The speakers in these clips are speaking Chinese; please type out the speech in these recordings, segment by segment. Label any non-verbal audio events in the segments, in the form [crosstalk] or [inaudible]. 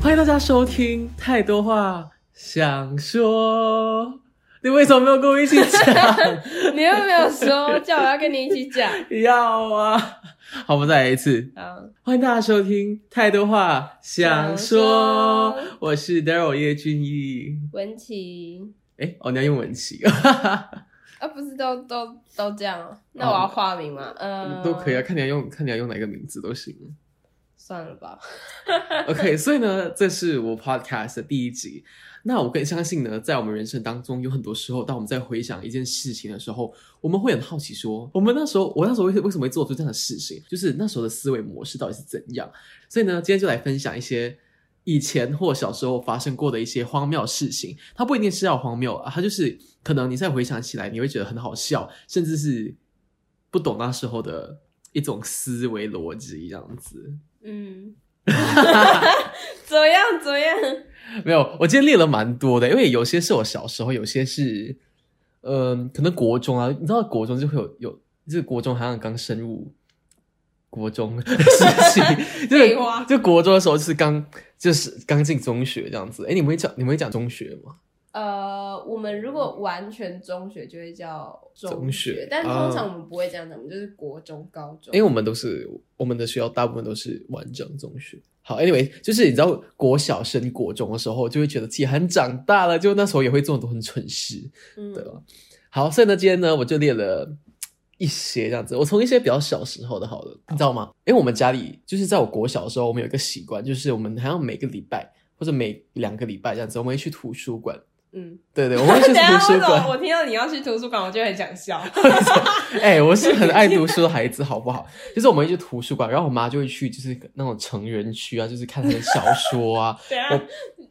欢迎大家收听，太多话想说，你为什么没有跟我一起讲？ [laughs] 你又没有说叫我要跟你一起讲。要啊！好，我们再来一次。好，欢迎大家收听，太多话想说，想说我是 Daryl 叶俊逸。文琪哎，哦，你要用文 [laughs] 琪，啊，不是都都都这样、哦？那我要化名吗？嗯，都可以啊，。看你要用，看你要用哪个名字都行。算了吧。 [laughs] OK，所以呢，这是我 podcast 的第一集。那我更相信呢，在我们人生当中，有很多时候，当我们在回想一件事情的时候，我们会很好奇说，我们那时候，我那时候为什为什么会做出这样的事情，就是那时候的思维模式到底是怎样。所以呢，今天就来分享一些以前或小时候发生过的一些荒谬事情。它不一定是要荒谬啊，它就是可能你再回想起来，你会觉得很好笑，甚至是不懂那时候的一种思维逻辑这样子。 [laughs] 嗯，怎么样？怎么样？ [laughs] 没有，我今天列了蛮多的，因为有些是我小时候，有些是，嗯、可能国中啊，你知道国中就会有有，就是国中好像刚升入国中的时期， [laughs] 就是废话就国中的时候是刚就是刚进中学这样子。哎，你们会讲你们会讲中学吗？呃，我们如果完全中学就会叫中中学但啊通常我们不会这样的，我们就是国中、高中。因为我们都是我们的学校大部分都是完整中学。好，anyway，就是你知道国小升国中的时候，就会觉得自己很长大了，就那时候也会做很多很蠢事。对哦嗯，吧？好，所以呢，今天呢，我就列了一些这样子，我从一些比较小时候的好了，你知道吗？因为我们家里就是在我国小的时候，我们有一个习惯，就是我们好像每个礼拜或者每两个礼拜这样子，我们会去图书馆。嗯， [laughs] 对对，我们会去等一下图书为什么馆。我听到你要去图书馆，我就很想笑。 [laughs] 哎、我是很爱读书的孩子，好不好？就是我们会去图书馆，然后我妈就会去，就是那种成人区啊，就是看她的小说 [laughs] 啊，等一我下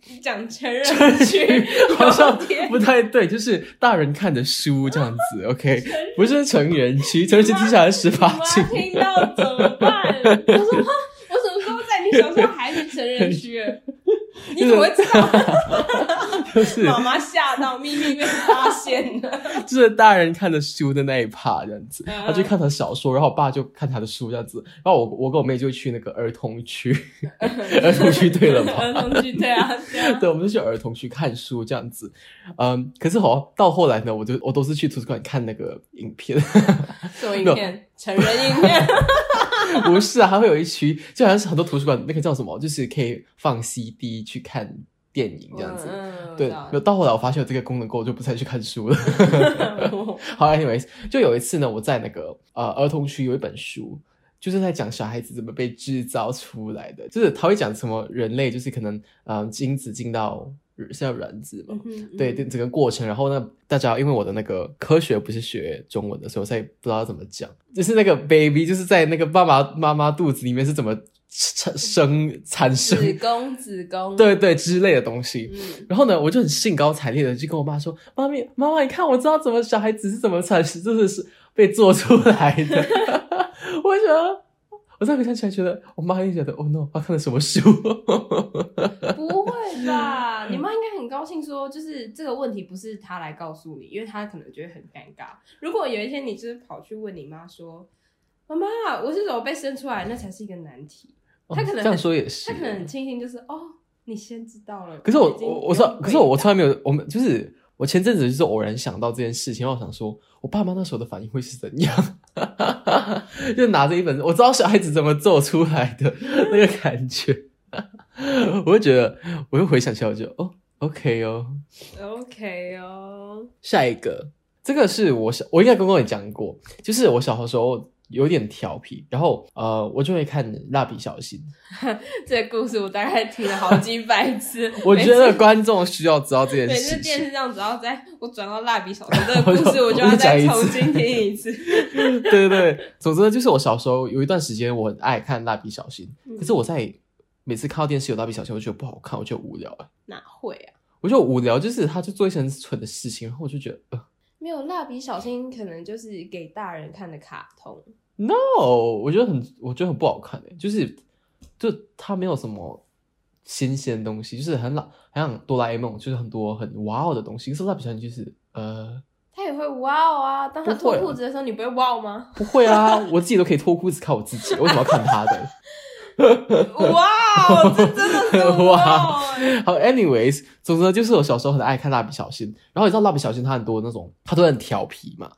你讲成人区好像有点不太对，就是大人看的书这样子。OK，不是成人区，成人区接下来十八我禁。妈听到怎么办？我说妈我什么时候在你小时候还是成人区？你怎么会知道？就是妈妈吓到，秘密被发现了。就是大人看的书的那一趴这样子，嗯他就看他的小说，然后我爸就看他的书这样子，然后我我跟我妹就去那个儿童区， [laughs] 儿童区对了吧？儿童剧对啊，对啊。对，我们就去儿童区看书这样子，嗯，可是好像到后来呢，我就我都是去图书馆看那个影片， [laughs] 什么影片？成人影片。不是啊，还会有一区，就好像是很多图书馆那个叫什么，就是可以放 CD 去看电影这样子。嗯，对，有到后来我发现有这个功能过后，我就不再去看书了。有。 [laughs] 好，anyways，就有一次呢，我在那个呃儿童区有一本书，就是在讲小孩子怎么被制造出来的，就是他会讲什么人类就是可能嗯、呃精子进到是要卵子嘛，嗯对，对，整个过程。然后呢，大家因为我的那个科学不是学中文的，所以我才不知道怎么讲，就是那个 baby 就是在那个爸爸妈妈肚子里面是怎么产生产生，子宫子宫。对对之类的东西。嗯，然后呢，我就很兴高采烈的就跟我妈说：“妈咪，妈妈，你看，我知道怎么小孩子是怎么产生，就是是被做出来 [laughs] 的。”我觉得，我再回想起来，觉得我妈就觉得，Oh no，她看了什么书？ [laughs] 哦不会嗯吧？你妈应该很高兴，说就是这个问题不是她来告诉你，因为她可能觉得很尴尬。如果有一天你就是跑去问你妈说：“妈妈，我是怎么被生出来？”那才是一个难题。她可能哦这样说也是她，可能很庆幸，就是哦，你先知道了。可是我已经我不我用说，可是我回我从来没有，我们就是我前阵子就是偶然想到这件事情，然后我想说，我爸妈那时候的反应会是怎样？ [laughs] 就拿着一本我知道小孩子怎么做出来的那个感觉， [laughs] 我就觉得，我又回想起来，我就哦，OK 哦。答 OK 哦，下一个，这个是我小，我应该刚刚也讲过，就是我小的时候有点调皮，然后呃，我就会看《蜡笔小新》，这个故事我大概听了好几百次 [laughs] 。我觉每得次观众需要知道这件每事次电情。视上只要在我转到蜡笔小新这个我故就事，我就我要就讲再一次重新听一次。 [laughs] 对 [laughs] 对对，总之呢，就是我小时候有一段时间我很爱看《蜡笔小新》，可是我在每次看到电视有《蜡笔小新》，我觉得不好看，我觉得无聊了，哪会啊？我觉得无聊，就是他就做一些很蠢的事情，然后我就觉得呃没有蜡笔小新，可能就是给大人看的卡通。哦，我觉得很，我觉得很不好看诶，欸就是就它没有什么新鲜的东西，就是很老，很像哆啦 A 梦，就是很多很哇哦的东西。可是蜡笔小新就是呃，他也会哇哦啊！当他不会脱啊裤子的时候，你不会哇哦吗？不会啊，我自己都可以脱裤子看我自己，为什么要看他的？哇哦，这真 [laughs] 的是哇哦！好，anyways，总之呢就是我小时候很爱看蜡笔小新，然后你知道蜡笔小新它很多那种，它都很调皮嘛，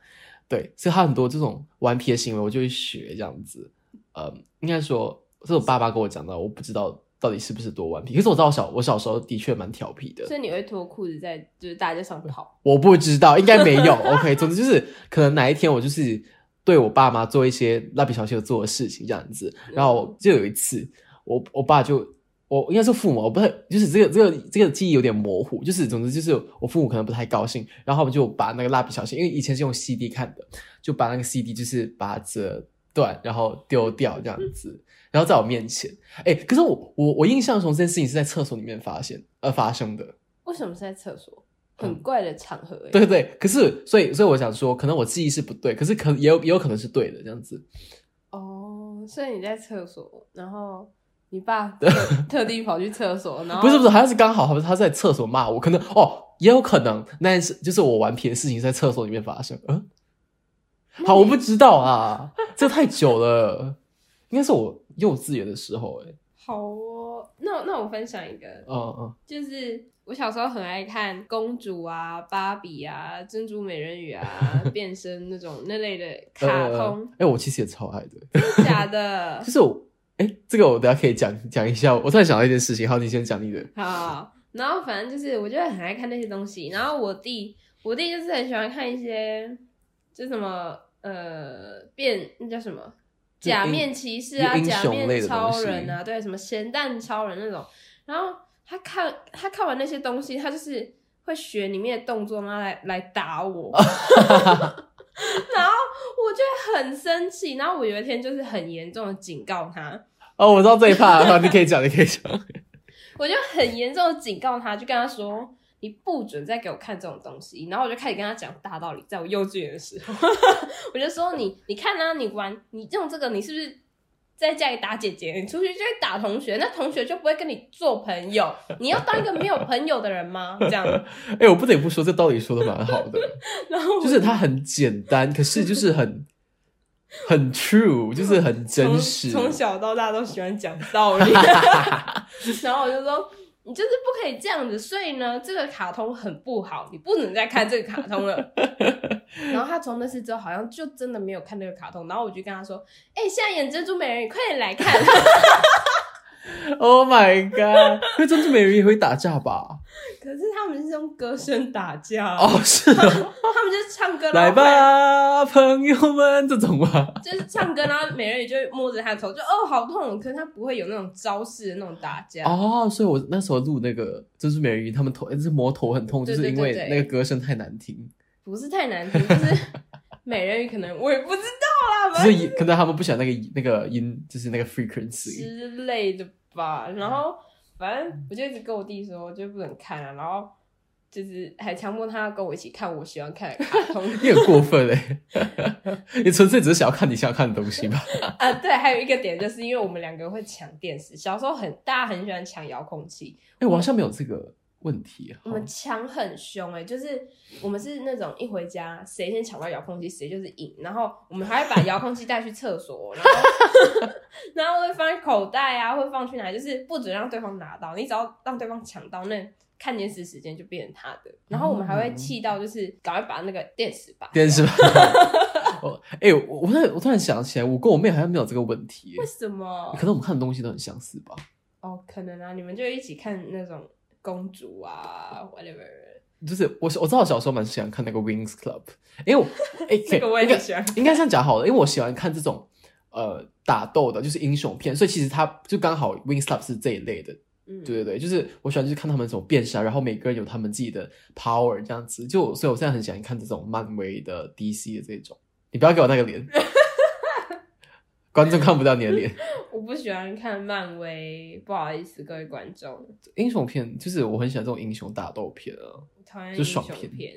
对，所以它很多这种顽皮的行为，我就会学这样子。嗯，应该说这种爸爸跟我讲的，我不知道到底是不是多顽皮，可是我知道我小我小时候的确蛮调皮的，所以你会脱裤子在就是大街上跑，我不知道，应该没有。OK，总之 [laughs] 就是可能哪一天我就是对我爸妈做一些蜡笔小新有做的事情这样子，然后就有一次，我我爸就我应该是父母，我不太就是这个这个这个记忆有点模糊，就是总之就是我父母可能不太高兴，然后我们就把那个蜡笔小新，因为以前是用 CD 看的，就把那个 CD 就是把它折断，然后丢掉这样子，然后在我面前，哎，可是我我我印象中这件事情是在厕所里面发现呃发生的。为什么是在厕所？很怪的场合、欸，嗯对对对，可是所以所以我想说，可能我记忆是不对，可是可也有也有可能是对的这样子。哦，所以你在厕所，然后你爸特地跑去厕所，然后 [laughs] 不是不是，他是刚好他他在厕所骂我，可能哦也有可能，那是就是我顽皮的事情在厕所里面发生。嗯，好，我不知道啊，这太久了，应该是我幼稚园的时候哎、好哦。那那我分享一个，嗯嗯，就是我小时候很爱看公主啊、芭比啊、珍珠美人鱼啊、 [laughs] 变身那种那类的卡呃通，哎、我其实也超爱的，真的假 [laughs] 的就？是我哎、这个我等一下可以讲讲一下，我突然想到一件事情，好，你先讲你的，好，然后反正就是我就很爱看那些东西，然后我弟我弟就是很喜欢看一些就什么呃变那叫什么就假英面骑士啊、就英假雄类面的超东西人啊，对，什么咸蛋超人那种，然后他看他看完那些东西，他就是会学里面的动作，然后来来打 [laughs] 我。然后我就会很生气，然后我有一天就是很严重的警告他，哦，我知道这一趴，好，你可以讲，你可以讲，我就很严重的警告他，就跟他说。你不准再给我看这种东西，然后我就开始跟他讲大道理。在我幼稚园的时候， [laughs] 我就说你，你看啊，你玩，你用这个，你是不是在家里打姐姐？你出去就会打同学，那同学就不会跟你做朋友。你要当一个没有朋友的人吗？这样，哎、我不得不说，这道理说的蛮好的， [laughs] 然后我就是它很简单，可是就是很很 [laughs] true，就是很从真实。从小到大都喜欢讲道 [laughs] 理， [laughs] 然后我就说。你就是不可以这样子，所以呢，这个卡通很不好，你不能再看这个卡 [laughs] 通了。然后他从那次之后，好像就真的没有看那个卡通。然后我就跟他说：“哎、现在演珍珠美人鱼，快点来看。 [laughs] Oh my god！因为珍珠美人鱼也会打架吧？”可是他们是用歌声打架，哦，是他 [laughs] 哦，们就是唱歌，来然后吧，朋友们，这种吧。就是唱歌，然后美人鱼就会摸着他的头，就哦好痛，可是他不会有那种招式的那种打架。哦，所以我那时候录那个珍珠美人鱼，他们头哎就是磨头很痛，就对是因对对为对那个歌声太难听，不是太难听，就是 [laughs] 美人鱼可能我也不知道啦，就反正是可能他们不喜欢那个那个音，就是那个 frequency。之类的吧。然后反正我就一直跟我弟说，就不能看啊，然后就是还强迫他跟我一起看我喜欢看的卡 [laughs] 通你很过分 [laughs] 哎、你纯粹只是想要看你想要看的东西吧？啊。对，还有一个点就是因为我们两个会抢电视，小时候很大家很喜欢抢遥控器，哎、我好像没有这个问题。嗯我们抢很凶哎、就是我们是那种一回家谁先抢到遥控器谁就是赢，然后我们还会把遥控器带去厕所，然后 [laughs] 然后会放在口袋啊，会放去哪，就是不准让对方拿到，你只要让对方抢到，那看电视时间就变成他的。然后我们还会气到就是赶快把那个电视拔， [laughs] 电视吧。哦，哎、我我突然我突然想起来，我跟我妹好像没有这个问题耶为，什么可？能我们看的东西都很相似吧。哦，可能啊，你们就一起看那种公主啊，whatever， [laughs] 就是我我知道我小时候蛮喜欢看那个 Wings Club，因为我哎、 [laughs] 这个我也应该很喜欢。应该这样讲好了，因为我喜欢看这种呃打斗的，就是英雄片，所以其实它就刚好 Wings Club 是这一类的，嗯，对对对，就是我喜欢就是看他们怎么变身啊，然后每个人有他们自己的 power 这样子，就所以我现在很喜欢看这种漫威的 DC 的这种，你不要给我那个脸，观众看不到你的脸。我不喜欢看漫威，不好意思各位观众。英雄片就是我很喜欢这种英雄打斗片啊，讨厌就英爽雄片片，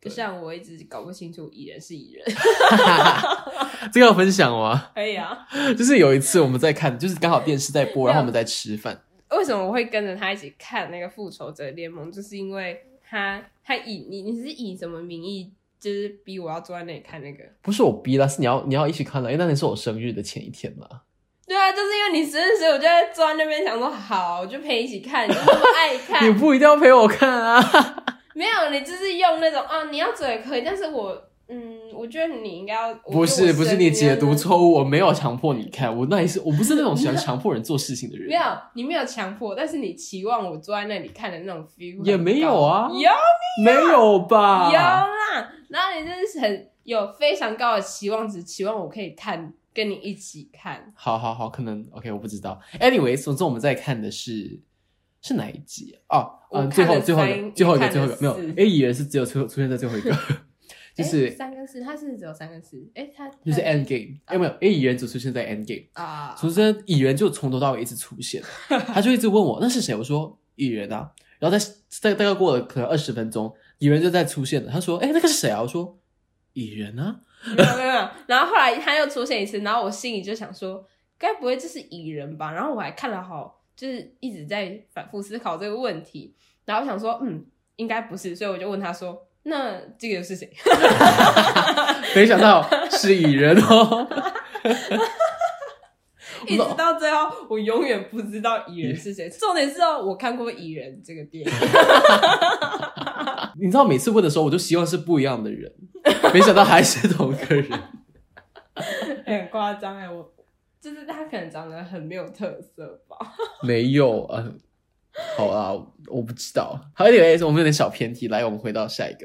就对像我一直搞不清楚蚁人是蚁人， [laughs] 啊 [laughs] 这个要分享吗？可以啊？就是有一次我们在看，就是刚好电视在播，没有然后我们在吃饭。为什么我会跟着他一起看那个复仇者联盟？就是因为他他以你你是以什么名义，就是逼我要坐在那里看那个？不是我逼啦，是你要你要一起看啦，因为那天是我生日的前一天嘛。对啊，啊，就是因为你生日，所以我就在坐在那边想说，好，我就陪你一起看，你就那么爱看你， [laughs] 不一定要陪我看啊。没有，你就是用那种啊，你要走也可以，但是我，嗯，我觉得你应该要，不是不是，你解读错，错误，我没有强迫你看，我那也是我不是那种喜欢强迫人做事情的人，没有，你没有强迫，但是你期望我坐在那里看的那种 feel 很也没有啊高有没有有吧？啦，然后你就是很有非常高的期望值，期望我可以看，跟你一起看，好好好，可能 OK，我不知道。Anyway，总之我们在看的是是哪一集啊？哦，我嗯，看最后了最后一个三最后一个最后你看一了个没有四哎，A 以为是只有出出现在最后一个， [laughs] 就是诶三跟四，它是只有三跟四，哎、它就是它 End Game，哎没有 A 蚁人只出现在 End Game，啊，主持人蚁人就从头到尾一直出现，他就一直问我那是谁，我说蚁人啊，然后在在大概过了可能二十分钟，蚁人就再出现了，他说哎、那个是谁啊，我说蚁人啊，没有没有没有。然后后来他又出现一次，然后我心里就想说，该不会这是蚁人吧？然后我还看了好，就是一直在反复思考这个问题。然后我想说，嗯，应该不是，所以我就问他说，那这个又是谁？ [laughs] 没想到是蚁人哦， [laughs] 一直到最后，我永远不知道蚁 [laughs] 人是谁。重点是哦，我看过《蚁人》这个电影，你知道每次问的时候我就希望是不一样的人，没想到还是同一个人， [laughs] [laughs] 很夸张哎，我。就是他可能长得很没有特色吧，没有呃，好啊，我不知道，好，anyway，我们有点小偏题，来，我们回到下一个。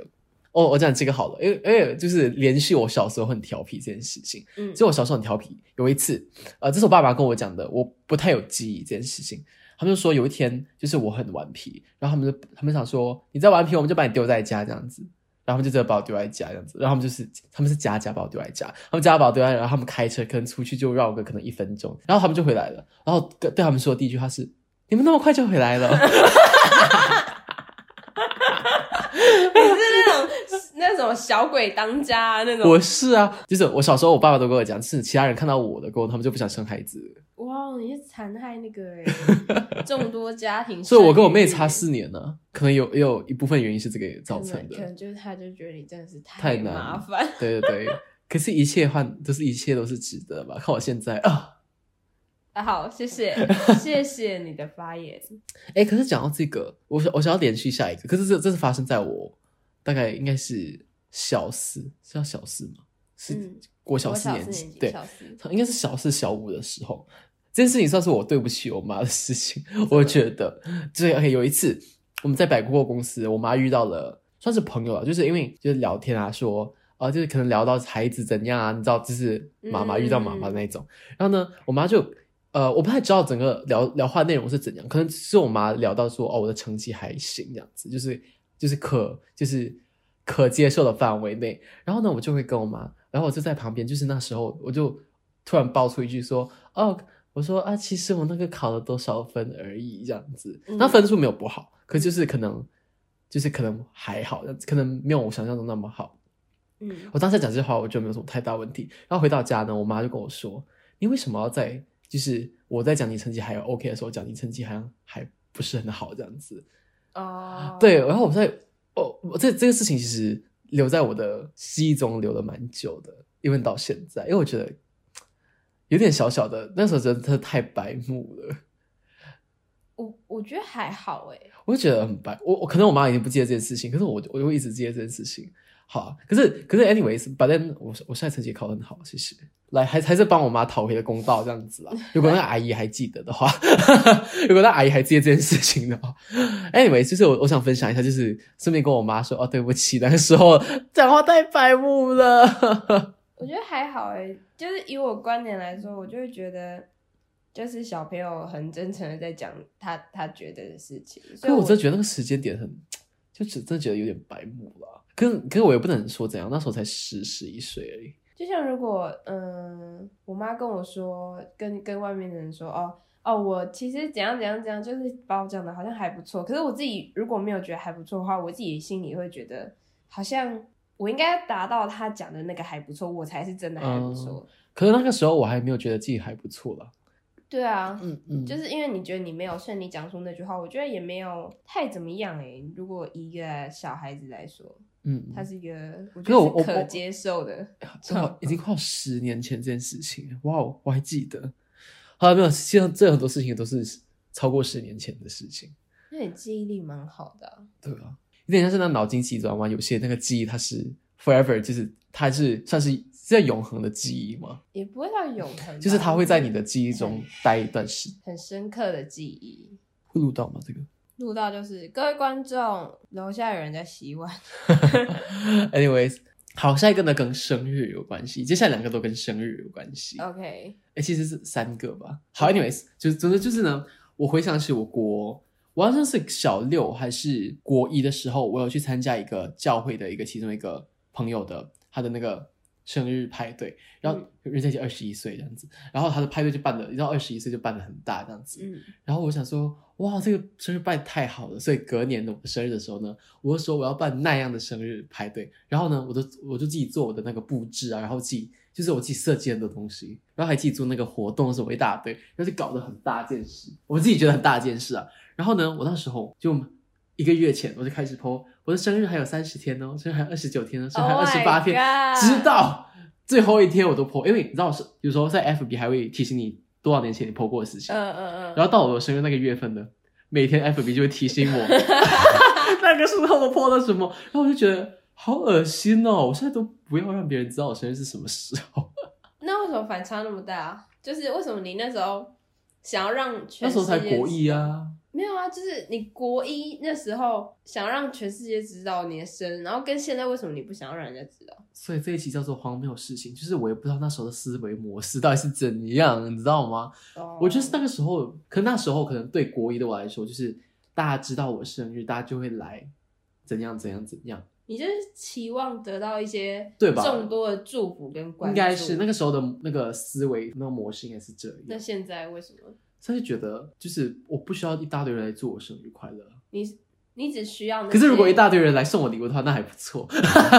哦，我讲这个好了，因为因为就是连续我小时候很调皮这件事情，嗯其实我小时候很调皮，有一次，呃，这是我爸爸跟我讲的，我不太有记忆这件事情。他们就说有一天，就是我很顽皮，然后他们就他们想说你再顽皮，我们就把你丢在家这样子，然后他们就真的把我丢在家这样子，然后他们就是他们是家家把我丢在家，他们家家把我丢在家，然后他们开车可能出去就绕个可能一分钟，然后他们就回来了，然后跟对他们说的第一句话是你们那么快就回来了。你是那种那种小鬼当家啊那种。我是啊，就是我小时候，我爸爸都跟我讲，是其他人看到我的过后，他们就不想生孩子了，哇，你是残害 [laughs] 那个哎、众多家庭，所以我跟我妹差四年呢、可能有也有一部分原因是这个造成可能可的。能就是他就觉得你真的是太难麻烦，对对 [laughs] 对，可是一切换都是一切都是值得吧？看我现在啊，啊、好，[laughs] 谢谢谢谢你的发言，哎，可是讲到这个，我想我想要连续下一个，可是这这是发生在我大概应该是小四，是叫小四吗？是嗯过我小四小年四级，年级，对，小四，应该是小四小五的时候，这件事情算是我对不起我妈的事情。我觉得，对，OK，有一次我们在百货公司，我妈遇到了算是朋友了，就是因为就是聊天啊，说啊、呃就是可能聊到孩子怎样啊，你知道，就是妈妈嗯遇到妈妈那一种。然后呢，我妈就呃，我不太知道整个聊聊话内容是怎样，可能是我妈聊到说哦，我的成绩还行这样子，就是就是可就是可接受的范围内。然后呢，我就会跟我妈，然后我就在旁边，就是那时候我就突然爆出一句说，哦，我说啊，其实我那个考了多少分而已，这样子，嗯那分数没有不好，可就是可能就是可能还好，可能没有我想象中那么好。嗯，我当时讲这句话，我觉得没有什么太大问题。然后回到家呢，我妈就跟我说：“你为什么要在就是我在讲你成绩还 OK 的时候，讲你成绩好像还不是很好这样子？”哦，对，，然后我在哦，我这这个事情其实留在我的记忆中留了蛮久的，因为到现在，因为我觉得有点小小的，那时候真的太白目了，我我觉得还好哎、我就觉得很白。我我可能我妈已经不记得这件事情，可是我我就会一直记得这件事情。好，啊可是可是，anyways，反正我我现在成绩考得很好，谢谢。来，还还是帮我妈讨回了公道这样子啦。如果那个阿姨还记得的话， [laughs] 如果那阿姨还记得这件事情的话，anyway，就是我我想分享一下，就是顺便跟我妈说，哦，对不起，那个时候讲话太白目了。我觉得还好哎、就是以我观点来说，我就会觉得。就是小朋友很真诚的在讲他他觉得的事情，可所以我真的觉得那个时间点很，就只真的觉得有点白目了。可是可是我也不能说怎样，那时候才十十一岁而已。就像如果嗯，我妈跟我说，跟跟外面的人说，哦哦，我其实怎样怎样怎样，就是把我讲的好像还不错。可是我自己如果没有觉得还不错的话，我自己心里会觉得好像我应该达到他讲的那个还不错，我才是真的还不错。可是那个时候我还没有觉得自己还不错了。对啊，嗯嗯，就是因为你觉得你没有顺利讲出那句话，我觉得也没有太怎么样诶、如果以一个小孩子来说，嗯，他是一个我可是觉我我得是可我接受的。 [laughs] 嗯这好已经快要十年前这件事情了，哇哦，我还记得。好了，没有，其实这很多事情都是超过十年前的事情。那你记忆力蛮好的啊、对啊，有点像是那脑筋急转弯，有些那个记忆它是 forever，就是它是算是在永恒的记忆嘛，也不会到永恒 [laughs] 吧，就是它会在你的记忆中待一段时间。很深刻的记忆。会录到吗？这个录到就是各位观众，楼下有人在洗碗， [laughs] ？Anyways，好，下一个呢跟生日有关系，接下来两个都跟生日有关哦系。 OK，哎、其实是三个吧。好，anyways，就是总之就是呢，我回想起我国，我好像是小六还是国一的时候，我有去参加一个教会的一个其中一个朋友的他的那个生日派对，然后人家已经二十一岁这样子，然后他的派对就办的，你知道二十一岁就办的很大这样子，嗯，然后我想说，哇，这个生日办得太好了，所以隔年的我生日的时候呢，我就说我要办那样的生日派对。然后呢，我就我就自己做我的那个布置啊，然后自己就是我自己设计很多东西，然后还自己做那个活动什么一大堆，然后就搞得很大件事，我自己觉得很大件事啊。然后呢，我那时候就一个月前我就开始 po 我的生日还有三十天哦，生日还有二十九天哦，生日还有二十八天 Oh my god 直到最后一天我都 po，因为你知道是有时候在 FB 还会提醒你多少年前你 po 过的事情。嗯嗯嗯，然后到我生日那个月份呢，每天 FB 就会提醒 [laughs] 我，那个时候我破了什么，然后我就觉得好恶心哦！我现在都不要让别人知道我生日是什么时候。那为什么反差那么大？啊就是为什么你那时候想要让全那时候才世界国一啊，没有啊，就是你国一那时候想让全世界知道你的生日，然后跟现在为什么你不想要让人家知道？所以这一期叫做荒谬事情，就是我也不知道那时候的思维模式到底是怎样，你知道吗？哦我就是那个时候，可那时候可能对国一的我来说，就是大家知道我生日，大家就会来怎样怎样怎样。你就是期望得到一些对吧众多的祝福跟关应注，该是那个时候的那个思维，那个模式应该是这样。那现在为什么他就觉得就是我不需要一大堆人来祝我生日快乐。你你只需要那些？可是如果一大堆人来送我礼物的话，那还不错。 [laughs]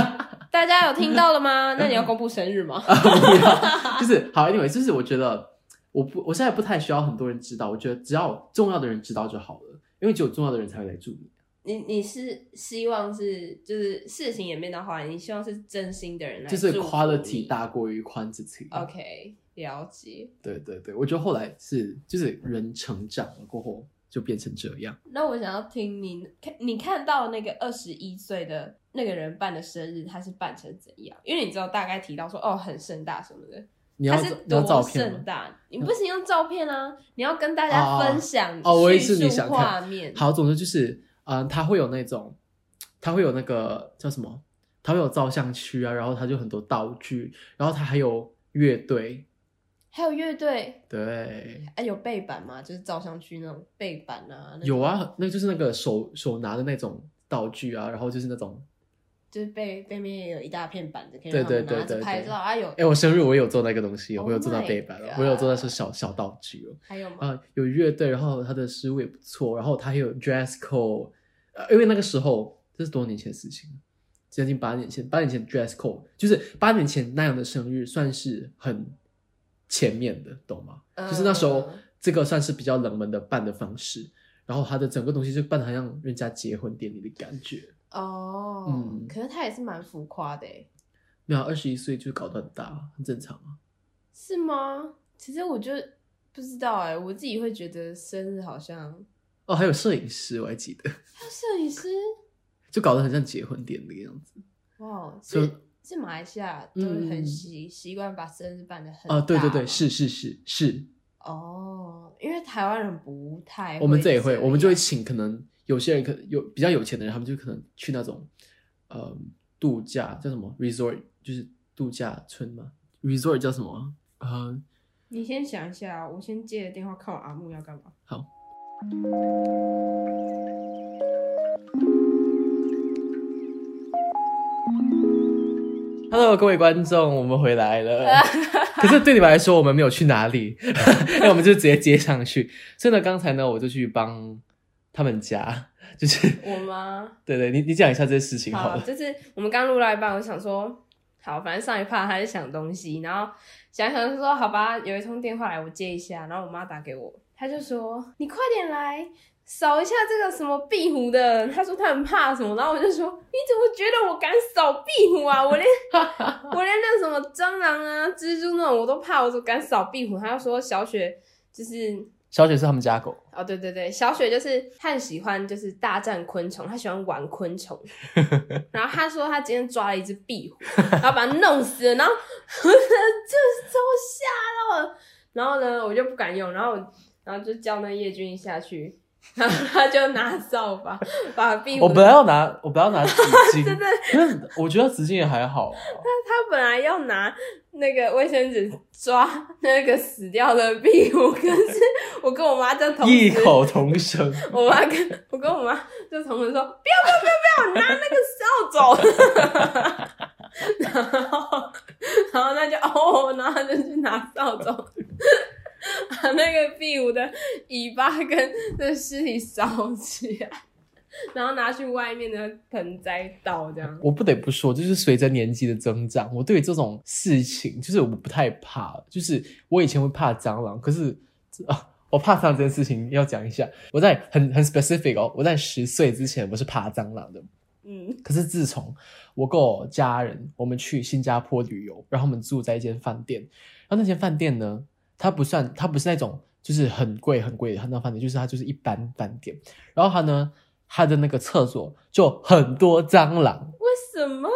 大家有听到了吗？那你要公布生日吗？ [laughs] 啊就是好，anyway，就是我觉得我不我现在不太需要很多人知道，我觉得只要重要的人知道就好了，因为只有重要的人才会来祝你。你你是希望是就是事情演变到后来，你希望是真心的人来就是祝福 quality 你大过于 quantity。 OK，了解。对对对，我觉得后来是就是人成长了过后就变成这样。那我想要听你看你看到那个二十一岁的那个人办的生日，他是办成怎样？因为你知道大概提到说哦很盛大什么的，你他要是你要照多片吗盛？大？你不行用照片啊，你要跟大家分享哦，我也是你叙想述画看面。。好，总之就是，嗯、它会有那种，它会有那个叫什么？它会有照相区啊，然后它就很多道具，然后它还有乐队，还有乐队，对，哎、有背板吗？就是照相区那种背板啊，那种有，啊，那就是那个手手拿的那种道具啊，然后就是那种，就是背背面也有一大片板子，可以对让他对们对拿着对拍对照啊。有哎，我生日我也有做那个东西哦， Oh 我有做到 my 背板哦， God 我有做那些小小道具哦，还有吗？啊，有乐队，然后它的食物也不错，然后它还有 dress code，呃，因为那个时候这是多年前的事情，将近八年前，八年前 dress code 就是八年前那样的生日算是很前面的，懂吗？就是那时候嗯这个算是比较冷门的办的方式，然后它的整个东西就办的像人家结婚典礼的感觉。哦，嗯可是他也是蛮浮夸的欸，没有，二十一岁就搞得很大，很正常啊。是吗？其实我就不知道哎，我自己会觉得生日好像哦，还有摄影师，我还记得，还有摄影师，就搞得很像结婚典礼的样子。哇，哦所以是是马来西亚都嗯很习习惯把生日办的很啊、对对大对，嘛是是是是，哦，因为台湾人不太，我们这也会，样我们就会请可能有些人可有比较有钱的人，他们就可能去那种，呃，度假叫什么 resort，就是度假村嘛，resort 叫什么啊？呃，你先想一下，我先接了电话，看我阿木要干嘛。好。Hello，各位观众，我们回来 [laughs] 了。可是对你们来说，我们没有去哪里， [laughs] 因为我们就直接接上去。所以呢，刚才呢，我就去帮他们家，就是我吗？对对，你你讲一下这些事情好啊好，了。就是我们刚录到一半，我想说，好，反正上一趴还在想东西，然后想一想就说，好吧，有一通电话来，我接一下。然后我妈打给我，她就说，你快点来扫一下这个什么壁虎的。她说她很怕什么，然后我就说，你怎么觉得我敢扫壁虎啊？ [laughs] 我连我连那什么蟑螂啊、蜘蛛那种我都怕，我怎么敢扫壁虎？她就说小雪。就是小雪是他们家狗，哦，对对对，小雪就是她很喜欢就是大战昆虫，她喜欢玩昆 [laughs] 虫。然后她说她今天抓了一只壁虎，然后把它弄死了，然后 [laughs] 我真的就是超吓到了。然后呢，我就不敢用，然后我然后就叫那叶军下去，然后 [laughs] 他就拿扫把把壁虎。我本来要拿，我本来要拿纸 [laughs] 巾，真的，但是我觉得纸巾也还好啊、他本来要拿那个卫生纸抓那个死掉的壁虎，可是我跟我妈在同异时口同声，我妈跟我跟我妈就同时说：“不要不要不要不要，拿那个扫帚。”然后然后那就哦，然后她就去拿扫帚，把那个壁虎的尾巴跟那尸体烧起来，然后拿去外面的盆栽倒这样。我不得不说，就是随着年纪的增长，我对于这种事情，就是我不太怕了。就是我以前会怕蟑螂，可是啊，我怕蟑螂这件事情要讲一下。我在很很 specific 哦，我在十岁之前我是怕蟑螂的，嗯，可是自从我跟我家人我们去新加坡旅游，然后我们住在一间饭店，然后那间饭店呢，它不算，它不是那种就是很贵很贵的很大饭店，就是它就是一般饭店。然后它呢，它的那个厕所就很多蟑螂。为什么？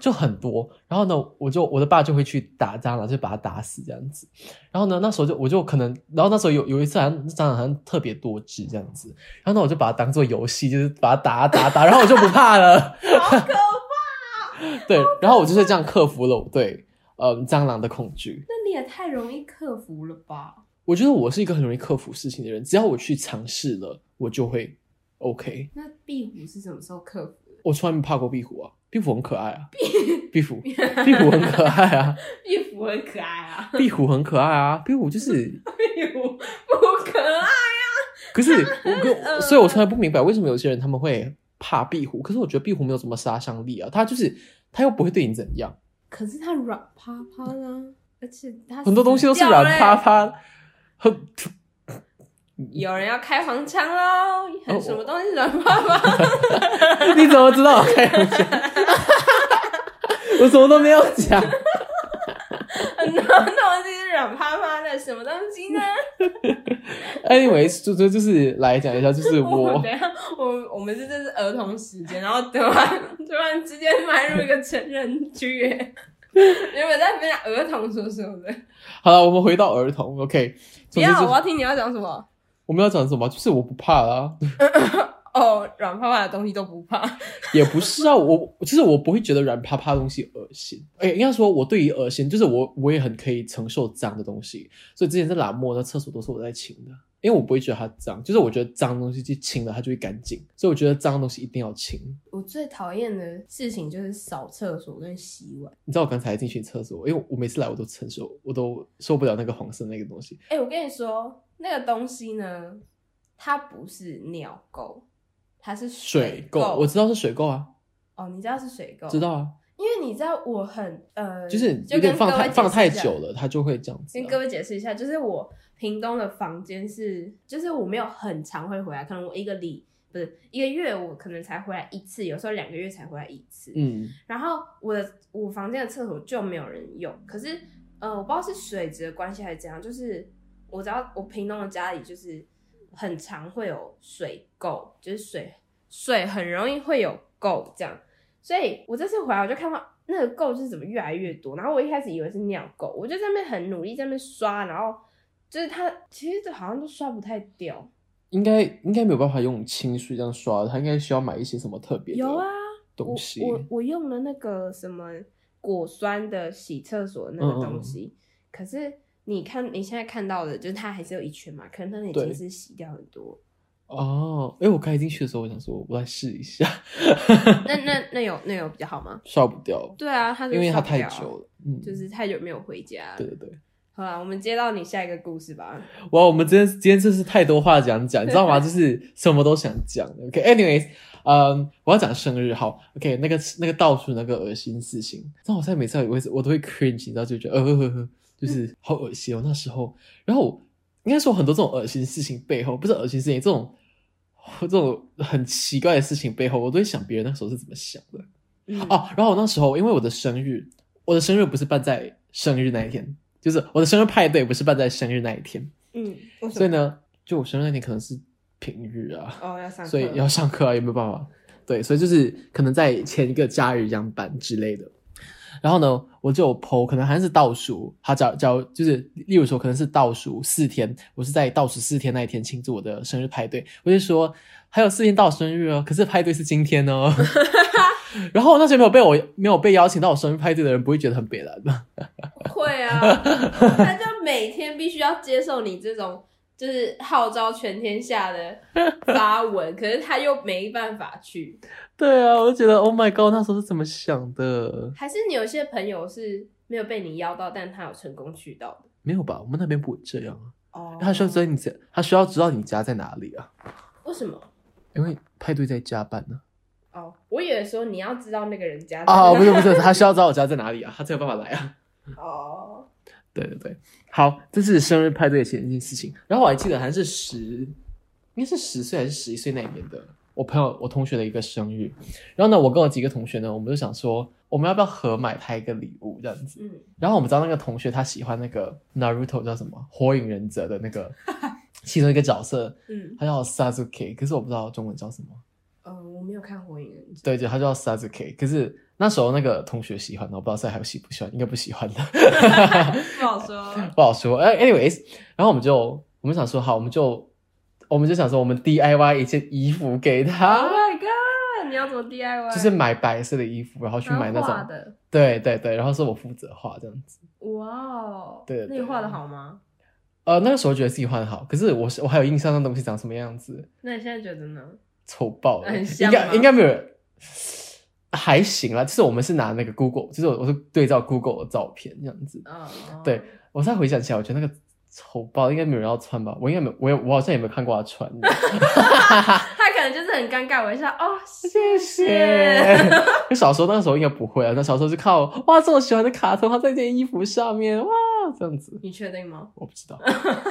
就很多。然后呢，我就我的爸就会去打蟑螂，就把它打死这样子。然后呢，那时候就我就可能，然后那时候有有一次好像蟑螂好像特别多只这样子，然后呢我就把它当做游戏，就是把它打打打，然后我就不怕了。 [laughs] 好可怕！对，然后我就是这样克服了我对嗯蟑螂的恐惧。那你也太容易克服了吧？我觉得我是一个很容易克服事情的人，只要我去尝试了，我就会 OK。那壁虎是什么时候克服的？我从来没怕过壁虎啊，壁虎很可爱啊，壁虎壁虎很可爱啊，壁虎很可爱啊，壁虎很可爱啊，壁虎 [laughs] 就是壁虎不可爱。可是我呃跟，所以我从来不明白为什么有些人他们会怕壁虎。可是我觉得壁虎没有什么杀伤力啊，它就是它又不会对你怎样，可是它软趴趴的啊，而且它很多东西都是软趴死掉嘞。趴。欸 [laughs] 很有人要开黄腔喽！很什么东西软趴哦趴？你怎么知道我开玩 [laughs] 笑？我什么都没有讲，哦很多东西是软趴趴的，什么东西呢？ anyways，就就就是来讲一下，就是我 [laughs] 我等一下，我我们是这是儿童时间，然后突然突然之间迈入一个成人区耶。 [laughs] 原本在分享儿童说说的，好了，我们回到儿童，OK。不总之要，就我要听你要讲什么。我们要讲什么？就是我不怕啦、哦，软趴趴的东西都不怕，也不是啊，我其实我不会觉得软趴趴的东西恶心，哎、应该说我对于恶心，就是我我也很可以承受脏的东西，所以之前在拉莫那厕所都是我在清的，因为我不会觉得它脏，就是我觉得脏的东西去清了它就会干净，所以我觉得脏的东西一定要清。我最讨厌的事情就是扫厕所跟洗碗。你知道我刚才进去厕所，因为我每次来我都承受，我都受不了那个黄色那个东西，哎、我跟你说，那个东西呢，它不是尿垢，它是水垢，垢。我知道是水垢啊，哦，你知道是水垢，知道。啊，因为你知道我很呃，就是就有点跟放各位太解放释太一下久了，它就会这样子跟啊、各位解释一下，就是我屏东的房间是，就是我没有很常会回来，可能我一个礼不是一个月，我可能才回来一次，有时候两个月才回来一次。嗯，然后我的我房间的厕所就没有人用，可是呃，我不知道是水质的关系还是怎样，就是我只要我屏东的家里就是很常会有水垢，就是水水很容易会有垢这样，所以我这次回来我就看到那个垢是怎么越来越多，然后我一开始以为是尿垢，我就在那边很努力在那边刷，然后就是它其实好像都刷不太掉，应该应该没有办法用清水这样刷，它应该需要买一些什么特别的有啊。东西。我我我用了那个什么果酸的洗厕所那嗯嗯个嗯东西，可是你看你现在看到的，就是它还是有一圈嘛，可能它已对经是洗掉很多。哦，哎，我刚才进去的时候，我想说，我来试一下， [laughs] 那那那有那有比较好吗？刷不掉，对啊，它就因为它刷不太掉啊久，了。嗯，就是太久没有回家对了。对对。好啦，我们接到你下一个故事吧。哇，我们今天今天真是太多话讲讲，你知道吗？就是什么都想讲。OK，anyways，、嗯，我要讲生日好。OK，那个那个倒数那个恶心事情，那我现在每次我我都会 cringe，你知道就觉得呃呵呵呵，就是好恶心哦那时候。然后应该说很多这种恶心事情背后，不是恶心事情，这种这种很奇怪的事情背后，我都会想别人那时候是怎么想的。嗯，哦，然后我那时候因为我的生日，我的生日不是办在生日那一天，就是我的生日派对不是办在生日那一天，嗯，为什所以么？呢，就我生日那天可能是平日啊，哦，要上课，所以要上课啊，也没有办法。对，所以就是可能在前一个假日这样办之类的。然后呢，我就有 PO，可能还是倒数，他假假如就是，例如说可能是倒数四天，我是在倒数四天那一天庆祝我的生日派对，我就说还有四天到我生日哦，可是派对是今天哦。 [laughs] 然后那些没有被我没有被邀请到我生日派对的人，不会觉得很北蓝吗？会 [laughs] 啊，他就每天必须要接受你这种就是号召全天下的发文，可是他又没办法去。对啊，我就觉得 Oh my God，那时候是怎么想的？还是你有些朋友是没有被你邀到，但他有成功去到的。没有吧？我们那边不会这样啊。哦他需要知道你家，他需要知道你家在哪里啊，为什么？因为派对在家办呢、哦，我以为说你要知道那个人家的啊。不是不是，他需要知道我家在哪里啊，他才有办法来啊。 [laughs] [laughs] 哦，对对对，好，这是生日派对的前一件事情。然后我还记得还是十，应该是十岁还是十一岁那一年的，我朋友我同学的一个生日。然后呢，我跟我几个同学呢，我们就想说，我们要不要合买他一个礼物这样子？嗯，然后我们知道那个同学他喜欢那个 Naruto 叫什么火影忍者的那个其中一个角色，嗯，他叫 Sasuke，可是我不知道中文叫什么。呃，我没有看《火影忍者对对，他叫 Sasuke。可是那时候那个同学喜欢的，我不知道现在还有喜不喜欢，应该不喜欢的，》， [laughs] 不 [laughs] 好说。不好说。呃，anyways，然后我们就我们想说，好，我们就我们就想说，我们 DIY 一件衣服给 [laughs] Oh 他， my god！你要怎么 DIY？就是买白色的衣服，然后去买那然后画种，的，对对对，然后是我负责画这样子。哇哦，对对那你画的好吗？呃，那个时候觉得自己画的好，可是我是我还有印象那东西长什么样子，那你现在觉得呢？丑爆了，很应像该吗应该没有人。还行啦，就是我们是拿那个 Google，就是我我是对照 Google 的照片这样子，哦，对我现在回想起来，我觉得那个丑爆应该没有人要穿吧？我应该没有，我也我好像也没有看过他穿的。他可能就是很尴尬，我一下哦，谢 [laughs] 谢。就小时候那时候应该不会啊，那小时候就靠哇这么喜欢的卡通，它在一件衣服上面哇这样子， [laughs] 你确定吗？我不知道，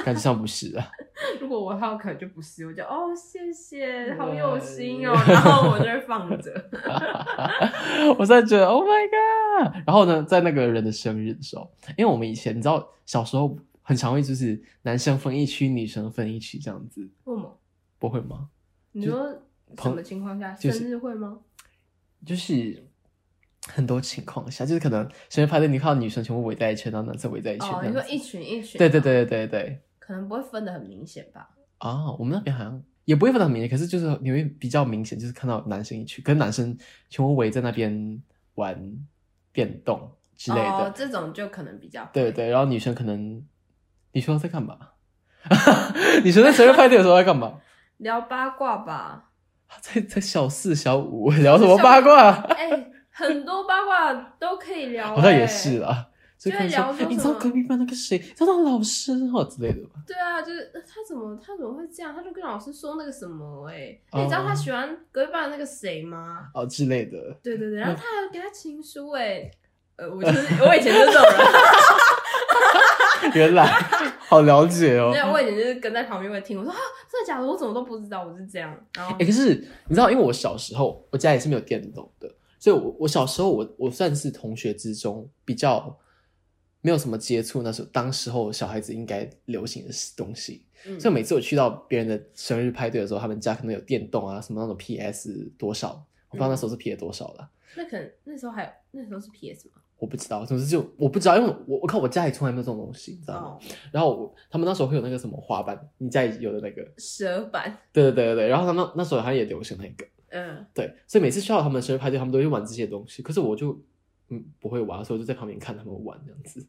感觉上不是啊。 [laughs] 如果我画可能就不是，我就哦谢谢，对好有心哦，然后我就会放 [laughs] 着。我现在觉得 Oh my God。然后呢，在那个人的生日的时候，因为我们以前你知道小时候很常会就是男生分一区，女生分一区这样子，为什么？不会吗？你说什朋么情况下就是生日会吗？就是很多情况下，就是可能生日派对，你看到女生全部围在一圈，然后男生围在一圈哦，这样你说子。一群一哦群，对对，对对对对。可能不会分的很明显吧？啊，我们那边好像也不会分得很明显，可是就是你会比较明显，就是看到男生一区，跟男生全部围在那边玩电动之类的。哦，这种就可能比较对对，然后女生可能，你说在干嘛？ [laughs] 女生在生日派对的时候在干嘛？ [laughs] 聊八卦吧。 [laughs] 在在小四、小五聊什么八卦？哎、很多八卦都可以聊、好像也哎是。啦。所以就可能会聊说，哎说你知什道么隔壁班那个谁，知道那个老师哦之类的吧？对啊，就是呃他怎么他怎么会这样？他就跟老师说那个什么、哎、哦你知道他喜欢隔壁班的那个谁吗？哦之类的。 [laughs] 对对对，然后他还要给他情书、哎。呃，我就是我以前就是这种人，原来 [laughs] 好了解哦没。有，我以前就是跟在旁边会听，我说啊，真的假的？我怎么都不知道，我是这样。然后哎、可是你知道，因为我小时候我家也是没有电动的，所以我我小时候我我算是同学之中比较没有什么接触那时候当时候小孩子应该流行的东西。嗯所以每次我去到别人的生日派对的时候，他们家可能有电动啊，什么那种 PS 多少，我不知道那时候是 PS 多少了。那可能那时候还有那时候是 PS 嘛，我不知道，总之就我不知道，因为我我看我家里从来没有这种东西，你知道吗？哦，然后我他们那时候会有那个什么滑板，你家里有的那个，蛇版，对对对对对。然后他们那那时候好像也流行那个，嗯，对，所以每次去到他们的生日派对，他们都会玩这些东西，可是我就嗯不会玩，所以我就在旁边看他们玩这样子。嗯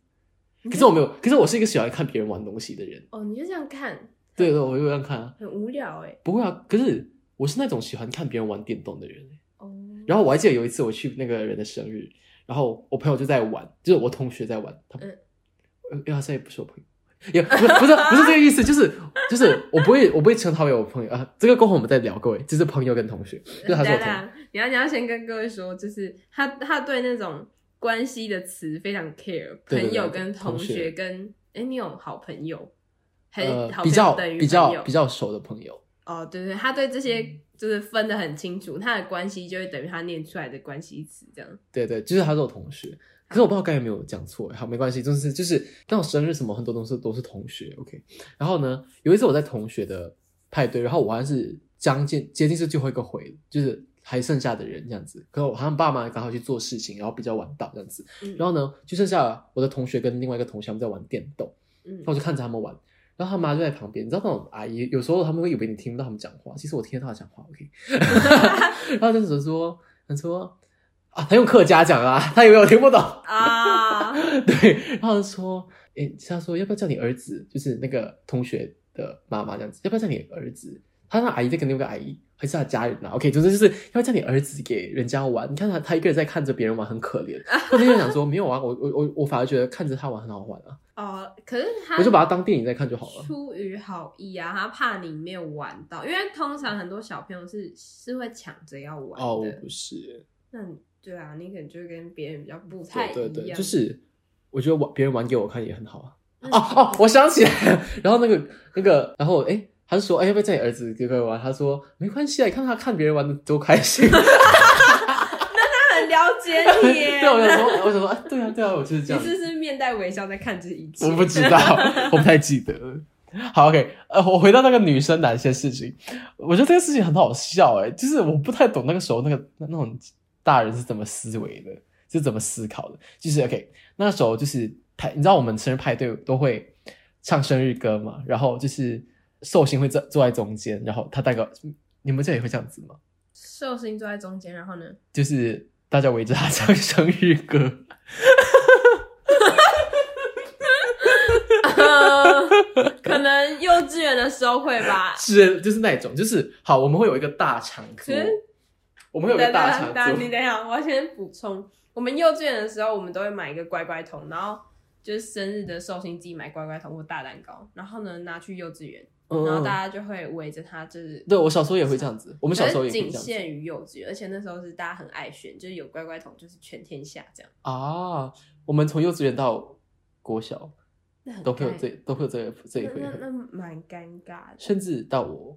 可是我没有，可是我是一个喜欢看别人玩东西的人。哦，你就这样看，对对，我就这样看啊，很无聊哎、不会啊。可是我是那种喜欢看别人玩电动的人欸、哦，然后我还记得有一次我去那个人的生日，然后我朋友就在玩，就是我同学在玩，他，嗯呃，因为他现在也不是我朋友。也不是不是不是这个意思，就是就是我不会我不会称他为我朋友啊，这个过后我们再聊，各位，就是朋友跟同学，就是他是我朋当友，然，你要你要先跟各位说，就是他他对那种关系的词非常 care，对对对朋友跟同同学学跟哎、你有好朋友，很、呃好朋友比较等于比较朋比嗯友较熟的朋友，哦，对对，他对这些就是分得很清楚，他的关系就会等于他念出来的关系词这样。对对，就是他是我同学。可是我不知道该有没有讲错，欸好，没关系，就是就是，但我生日什么很多东西都是同学，OK。然后呢，有一次我在同学的派对，然后我好像是将近接近是最后一个回，就是还剩下的人这样子。可是我好像爸妈刚好去做事情，然后比较晚到这样子。嗯然后呢，就剩下我的同学跟另外一个同学他们在玩电动，嗯然后我就看着他们玩，然后他妈就在旁边，你知道那种阿姨，有时候他们会以为你听不到他们讲话，其实我听得到她讲话，OK，然 [laughs] 后就是说，他说啊，他用客家讲啊，他以为我听不懂， [laughs] 啊，对，然后说，诶，他说要不要叫你儿子，就是那个同学的妈妈这样子，要不要叫你儿子？他那阿姨在跟另外一个阿姨，还是他家人啊？OK，总之就是要不要叫你儿子给人家玩？你看他他一个人在看着别人玩，很可怜。我就想说没有啊，我我我我反而觉得看着他玩很好玩啊， [laughs] 哦，可是他我就把它当电影在看就好了。出于好意啊，他怕你没有玩到，因为通常很多小朋友是是会抢着要玩哦，我的。不是，那你对啊，你可能就跟别人比较不太一样。对对对，就是我觉得玩别人玩给我看也很好啊。嗯哦哦，我想起来了，然后那个那个，然后哎，他就说哎要不要叫你儿子给我玩？他说没关系啊，你看他看别人玩的多开心。他很了解 [laughs] 你耶。对，我想 [laughs] 说，我想说，哎，对啊对啊，我就是这哎你样。是不是面带微笑在看这一切？我不知道， [laughs] 我不太记得了。好，OK，呃，我回到那个女生哪些事情，我觉得这个事情很好笑、哎，就是我不太懂那个时候那个那那种大人是怎么思维的，是怎么思考的。就是 OK，那时候就是派，你知道我们生日派对都会唱生日歌嘛，然后就是寿星会坐坐在中间，然后他戴个，你们这里会这样子吗？寿星坐在中间，然后呢？就是大家围着他唱生日歌。 [laughs] 可能幼稚园的时候会吧。是，就是那种，就是好，我们会有一个大长桌可是，我们会有一个大长等你桌，等一下，我要先补充。我们幼稚园的时候，我们都会买一个乖乖桶，然后就是生日的寿星自己买乖乖桶或大蛋糕，然后呢拿去幼稚园，嗯，然后大嗯家就会围着它，就是对我小时候也会这样子，我我们小时候也会仅这样子限于幼稚园，而且那时候是大家很爱选，就是有乖乖桶就是全天下这样。啊。我们从幼稚园到国小那很都会有这尴都会有这个这一回那合，那那蛮尴尬的。甚至到我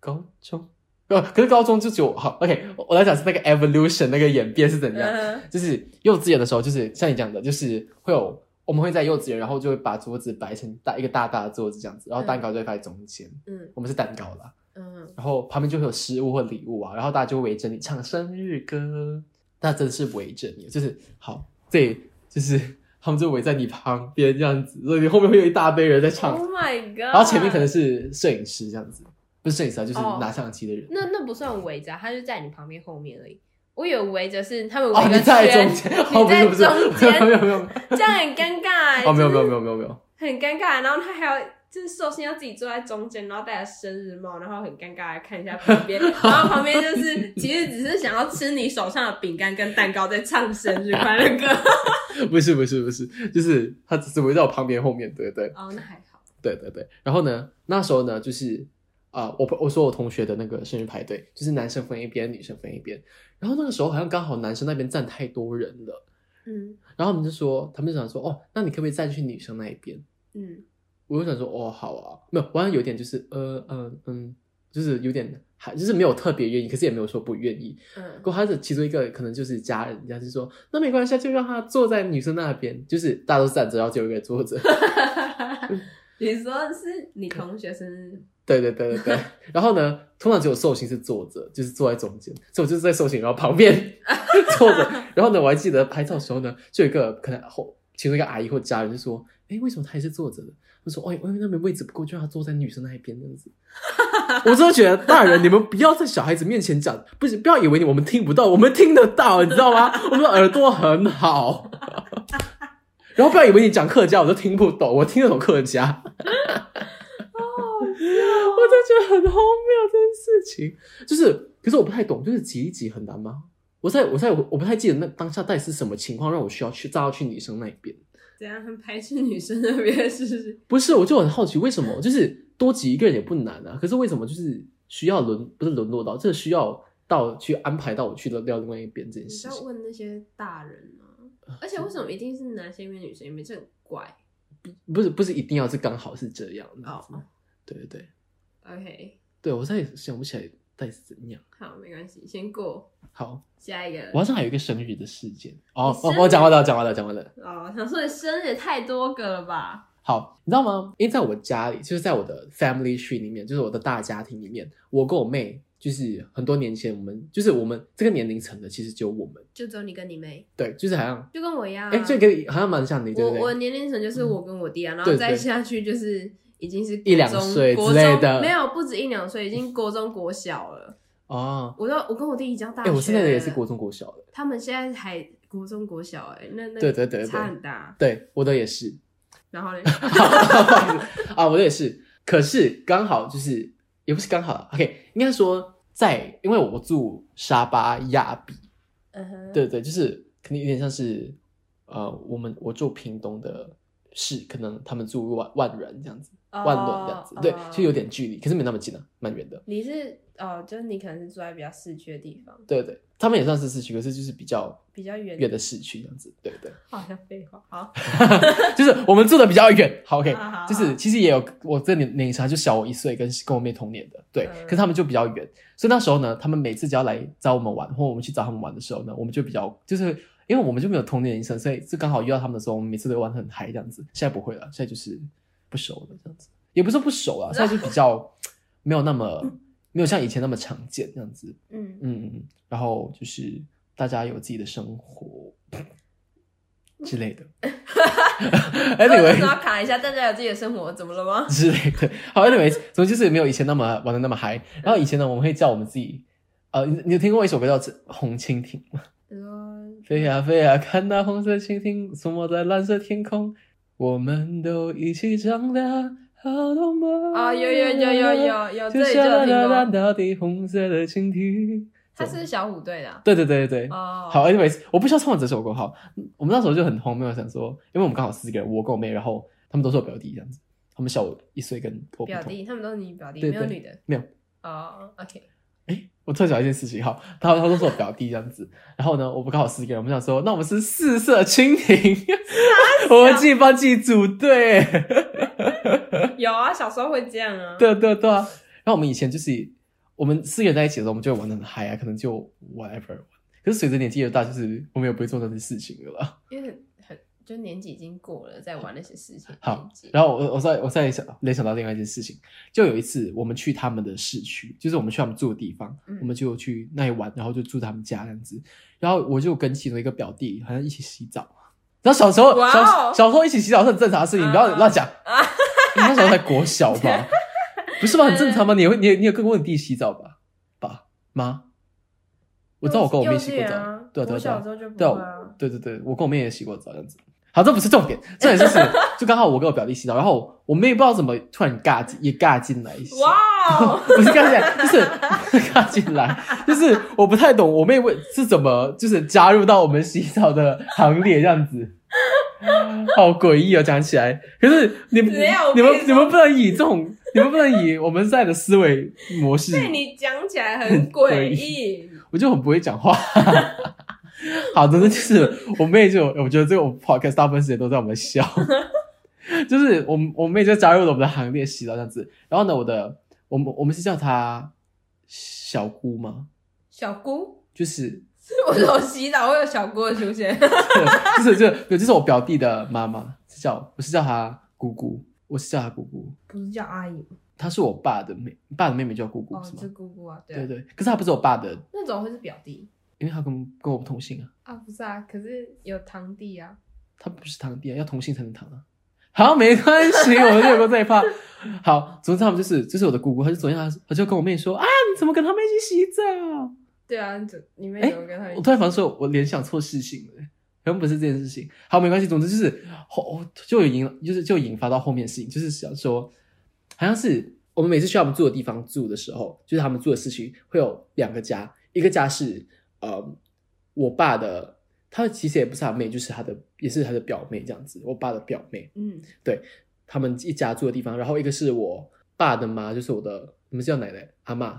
高中，呃，可是高中就只有好 OK，我我来讲是那个 evolution 那个演变是怎样，嗯就是幼稚园的时候，就是像你讲的，就是会有我们会在幼稚园，然后就会把桌子摆成大一个大大的桌子这样子，然后蛋糕就会放在中间，嗯我们是蛋糕啦。嗯，然后旁边就会有食物或礼物啊，然后大家就围着你唱生日歌，那真是围着你，就是好，对，就是他们就围在你旁边这样子，所以你后面会有一大堆人在唱， Oh my god！然然后前面可能是摄影师这样子，不是摄影师啊，就是哦拿相机的人。那那不算围着啊，他就在你旁边后面而已。我以为围着是他们围哦，个你在圈，中间，[laughs] 你哦，不在是不是，中没有没有间，没有，没这样很尴尬、欸。有哦，没有就是没有没有没有没有， [laughs] 很尴尬。然后他还要就是寿星要自己坐在中间，然后戴着生日帽，然后很尴尬的看一下旁 [laughs] 边，然后旁边就是其实只是想要吃你手上的饼干跟蛋糕，在唱生日快乐 [laughs] 歌。不是不是不是，就是他只是围在我旁边后面，对对哦，那还好。对对对。然后呢，那时候呢，就是啊、呃我我说我同学的那个生日派对，就是男生分一边，女生分一边。然后那个时候好像刚好男生那边站太多人了，嗯然后他们就说，他们就想说，哦，那你可不可以站去女生那一边？嗯，我就想说，哦，好啊，没有，我好像有点就是，呃，嗯嗯，就是有点还就是没有特别愿意，可是也没有说不愿意。嗯不过他的其中一个可能就是家人，人家就说，那没关系啊，就让他坐在女生那边，就是大家都站着，然后只有一个人坐着。你说是你同学生 [laughs] 日？对对对对对。然后呢，通常只有寿星是坐着，就是坐在中间，所以我就是在寿星然后旁边 [laughs] 坐着。然后呢，我还记得拍照的时候呢，就有一个可能后其中一个阿姨或家人就说：“哎，为什么她也是坐着的？”他说：“哦，因为那边位置不够，就让她坐在女生那一边这样子。” [laughs] 我真的觉得大人，你们不要在小孩子面前讲，不是不要以为你我们听不到，我们听得到，你知道吗？ [laughs] 我们的耳朵很好。 [laughs] 然后不要以为你讲客家我都听不懂，我听得懂客家。啊我就觉得很荒谬这件事情，就是，可是我不太懂，就是挤一挤很难吗？我在我在我不太记得那当下到底是什么情况让我需要去扎到去女生那一边。怎样很排斥女生那边是不是？不是，我就很好奇为什么，就是多挤一个人也不难啊，可是为什么就是需要沦不是沦落到，这需要到去安排到我去到另外一边这件 [laughs] 你事是要情，问那些大人啊？而且为什么一定是男生一边女生一边？这很怪。不是不是一定要是刚好是这样的哦，对对对，OK，对，我再也想不起来到底是怎样？好，没关系，先过好，下一个。我好像还有一个生日的事件哦，呃生我日我讲完了，讲完了，讲完了。哦，想说你生日也太多个了吧？好，你知道吗？因为在我家里，就是在我的 family tree 里面，就是我的大家庭里面，我跟我妹，就是很多年前，我们就是我们这个年龄层的，其实只有我们，就只有你跟你妹，对，就是好像，就跟我一样、啊。哎、这个好像蛮像你，对我不对？我年龄层就是我跟我弟啊，然后对再对下去就是已经是一两国中岁国之类中的没有不止一两岁，已经国中国小了。哦，我都我跟我弟已经大哎、学了，我现在也是国中国小的，他们现在还国中国小哎、那那对对对对差很大。对我的也是，然 [laughs] 后嘞，啊，我的也是。可是刚好就是，也不是刚好啊，OK，应该说在，因为我住沙巴亚比，嗯哼，对对，就是可能有点像是，呃，我们我住屏东的市，可能他们住万万人这样子，哦，万伦这样子，对，就有点。点距离，可是没那么近啊，蛮远的。你是哦，就是你可能是住在比较市区的地方，对对，他们也算是市区，可是就是比较比较远远的市区这样子，对对，好像废话，好， [laughs] 就是我们住的比较 [laughs] 远。好，OK，啊好好就是其实也有我这年年龄差就小我一岁，跟跟我妹同年的，对，嗯可是他们就比较远，所以那时候呢，他们每次只要来找我们玩，或我们去找他们玩的时候呢，我们就比较就是。因为我们就没有同年龄层，所以就刚好遇到他们的时候，我们每次都会玩得很嗨这样子。现在不会了，现在就是不熟了这样子，也不是说不熟啊，现在就比较没有那么没有像以前那么常见这样子。嗯，嗯，嗯，然后就是大家有自己的生活嗯之类的。 [laughs] 我 anyway [laughs] 要卡一下，大家有自己的生活，怎么了吗？之类的，好，anyway，总之就是没有以前那么玩的那么嗨。然后以前呢，我们会叫我们自己，呃，你你有听过一首歌叫《红蜻蜓》吗？你说飞呀、飞呀、看那红色蜻蜓出没在蓝色天空，我们都一起长大，好多梦啊、有有有有，有有，就这里就像有那听那过，到底红色的蜻蜓。他是小虎队的啊、对对对对对，哦。好，anyways，我不需要唱完这首歌。好，我们那时候就很荒谬，想说，因为我们刚好四个人，我跟我妹，然后他们都是我表弟这样子，他们小我一岁，跟我不表同。弟，他们都是你表弟，对没有对女的没有。哦。OK，哎，我特想一件事情，好，他他都是我表弟这样子，然后呢，我们刚好四个人，我们想说，那我们是四色蜻蜓， [laughs] 我们自己帮自己组队。有啊，小时候会这样啊。对啊对啊对啊。然后我们以前就是我们四个人在一起的时候，我们就会玩的很嗨啊，可能就 whatever。可是随着年纪越大，就是我们也不会做那些事情了啦。因为很很就年纪已经过了，在玩那些事情。好年纪，然后我我再我再想联想到另外一件事情，就有一次我们去他们的市区，就是我们去他们住的地方，嗯我们就去那里玩，然后就住他们家这样子。然后我就跟其中一个表弟好像一起洗澡，然后小时候、哇小哦小时候一起洗澡是很正常的事情，你不要啊乱讲。你那时候才国小 [laughs] 吧？不是吧？很正常吗？你也会你也你有跟过你弟洗澡吧？吧妈，我知道我跟我妹洗过幼稚澡园啊，对啊对我啊对啊小时候就不对啊会啊。对对对，我跟我妹也洗过澡这样子。好，这不是重点，重点就是 [laughs] 就刚好我跟我表弟洗澡，然后我妹不知道怎么突然尬进也尬进来一下，哇哦！不是尬进来，就是 [laughs] 尬进来，就是我不太懂我妹为是怎么就是加入到我们洗澡的行列这样子。好诡异哦，讲起来。可是你们没有我你跟们你说你们不能以这种，你们不能以我们现在的思维模式被你讲起来很诡异。我就很不会讲话。 [laughs] 好，总之就是我妹就，我觉得这个我 podcast 大部分时间都在我们笑， [laughs] 就是我们我妹就加入了我们的行列，洗澡这样子。然后呢，我的我们我们是叫她小姑吗？小姑，就是 [laughs] 我有洗澡会有小姑的出现。就是就是有就是我表弟的妈妈是叫我是叫她姑姑，我是叫她姑姑，不是叫阿姨她是我爸的妹，爸的妹妹叫姑姑哦是，吗是？姑姑啊，对对啊。对，可是她不是我爸的，那种会是表弟因为她跟跟我不同姓啊。啊？不是啊，可是有堂弟啊。他不是堂弟啊，要同性才能堂啊。好，没关系，我们略过这一趴。好，总之他们就是，就是我的姑姑，她就昨天她她就跟我妹说啊，你怎么跟他们一起洗澡？对啊，你怎你们哎怎么跟他我们？突然发现说我联想错事情了，原本不是这件事情。好，没关系，总之就是后就有引，就是就引发到后面的事情，就是想说，好像是我们每次去他们住的地方住的时候，就是他们住的市区会有两个家，一个家是呃我爸的，他其实也不是他妹，就是他的也是他的表妹这样子，我爸的表妹。嗯，他们一家住的地方，然后一个是我爸的妈，就是我的你们是叫奶奶阿嬷，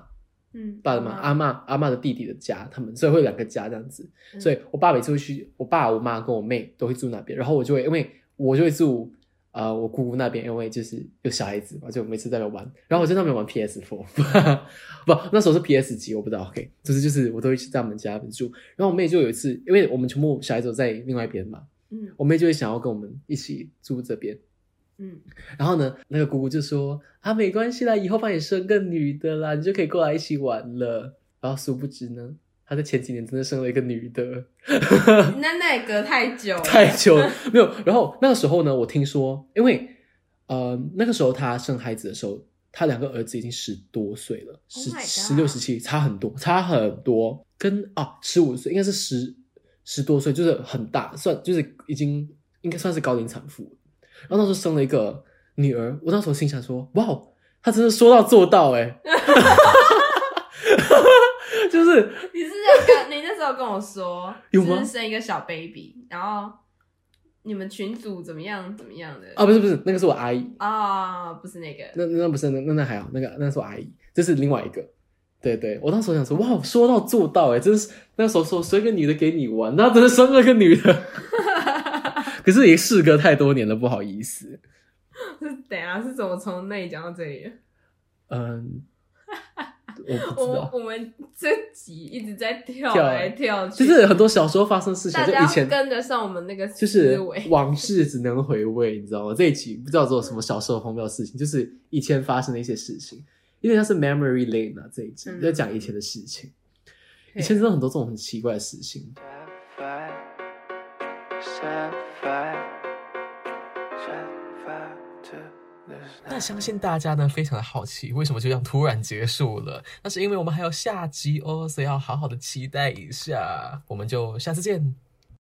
嗯，爸的啊妈阿嬷阿嬷的弟弟的家，他们所以会有两个家这样子，嗯所以我爸每次会去，我爸我妈跟我妹都会住那边，然后我就会因为我就会住呃，我姑姑那边因为就是有小孩子嘛，就每次在那边嗯玩，然后我在那 [laughs] 边玩 PS Four，不，那时候是 PS 几我不知道，OK，就是就是我都会去在我们家那边住，然后我妹就有一次，因为我们全部小孩子都在另外一边嘛，嗯我妹就会想要跟我们一起住这边， [laughs] 嗯，然后呢，那个姑姑就说啊，没关系啦，以后帮你生个女的啦，你就可以过来一起玩了。然后殊不知呢，她在前几年真的生了一个女的，那那也隔太久了， [laughs] 太久了没有。然后那个时候呢，我听说，因为呃那个时候她生孩子的时候，她两个儿子已经十多岁了，十 Oh my 十六 God 十七，差很多，差很多，跟啊十五岁应该是十十多岁，就是很大，算就是已经应该算是高龄产妇了。然后那时候生了一个女儿，我那时候心想说，哇，她真的说到做到哎、欸， [laughs] 就是你是有跟你那时候跟我说， [laughs] 有吗就是生一个小 baby，然后你们群组怎么样怎么样的啊，不是不是，那个是我阿姨，啊、不是那个，那那不是那那那还好，那个那是我阿姨，这是另外一个。对对，我那时候想说，哇，说到做到哎、欸，真是那时候说生个女的给你玩，那真的生了个女的， [laughs] 可是也事隔太多年了，不好意思。是等一下是怎么从那里讲到这里的？嗯， [laughs] 我不知我道，我们这集一直在跳跳哎来跳去，就是很 [laughs] 多小时候发生的事情，大就家以要前跟得上我们那个就思是维。往事只能回味，你知道吗？这一期不知道做什么小时候荒谬的事情，就是以前发生的一些事情，因为它是 memory lane 啊，这一集嗯在讲以前的事情，以对前真的很多这种很奇怪的事情。 Step five, step five, step five to this 那相信大家呢非常的好奇，为什么就这样突然结束了？那是因为我们还有下集哦，所以要好好的期待一下。我们就下次见，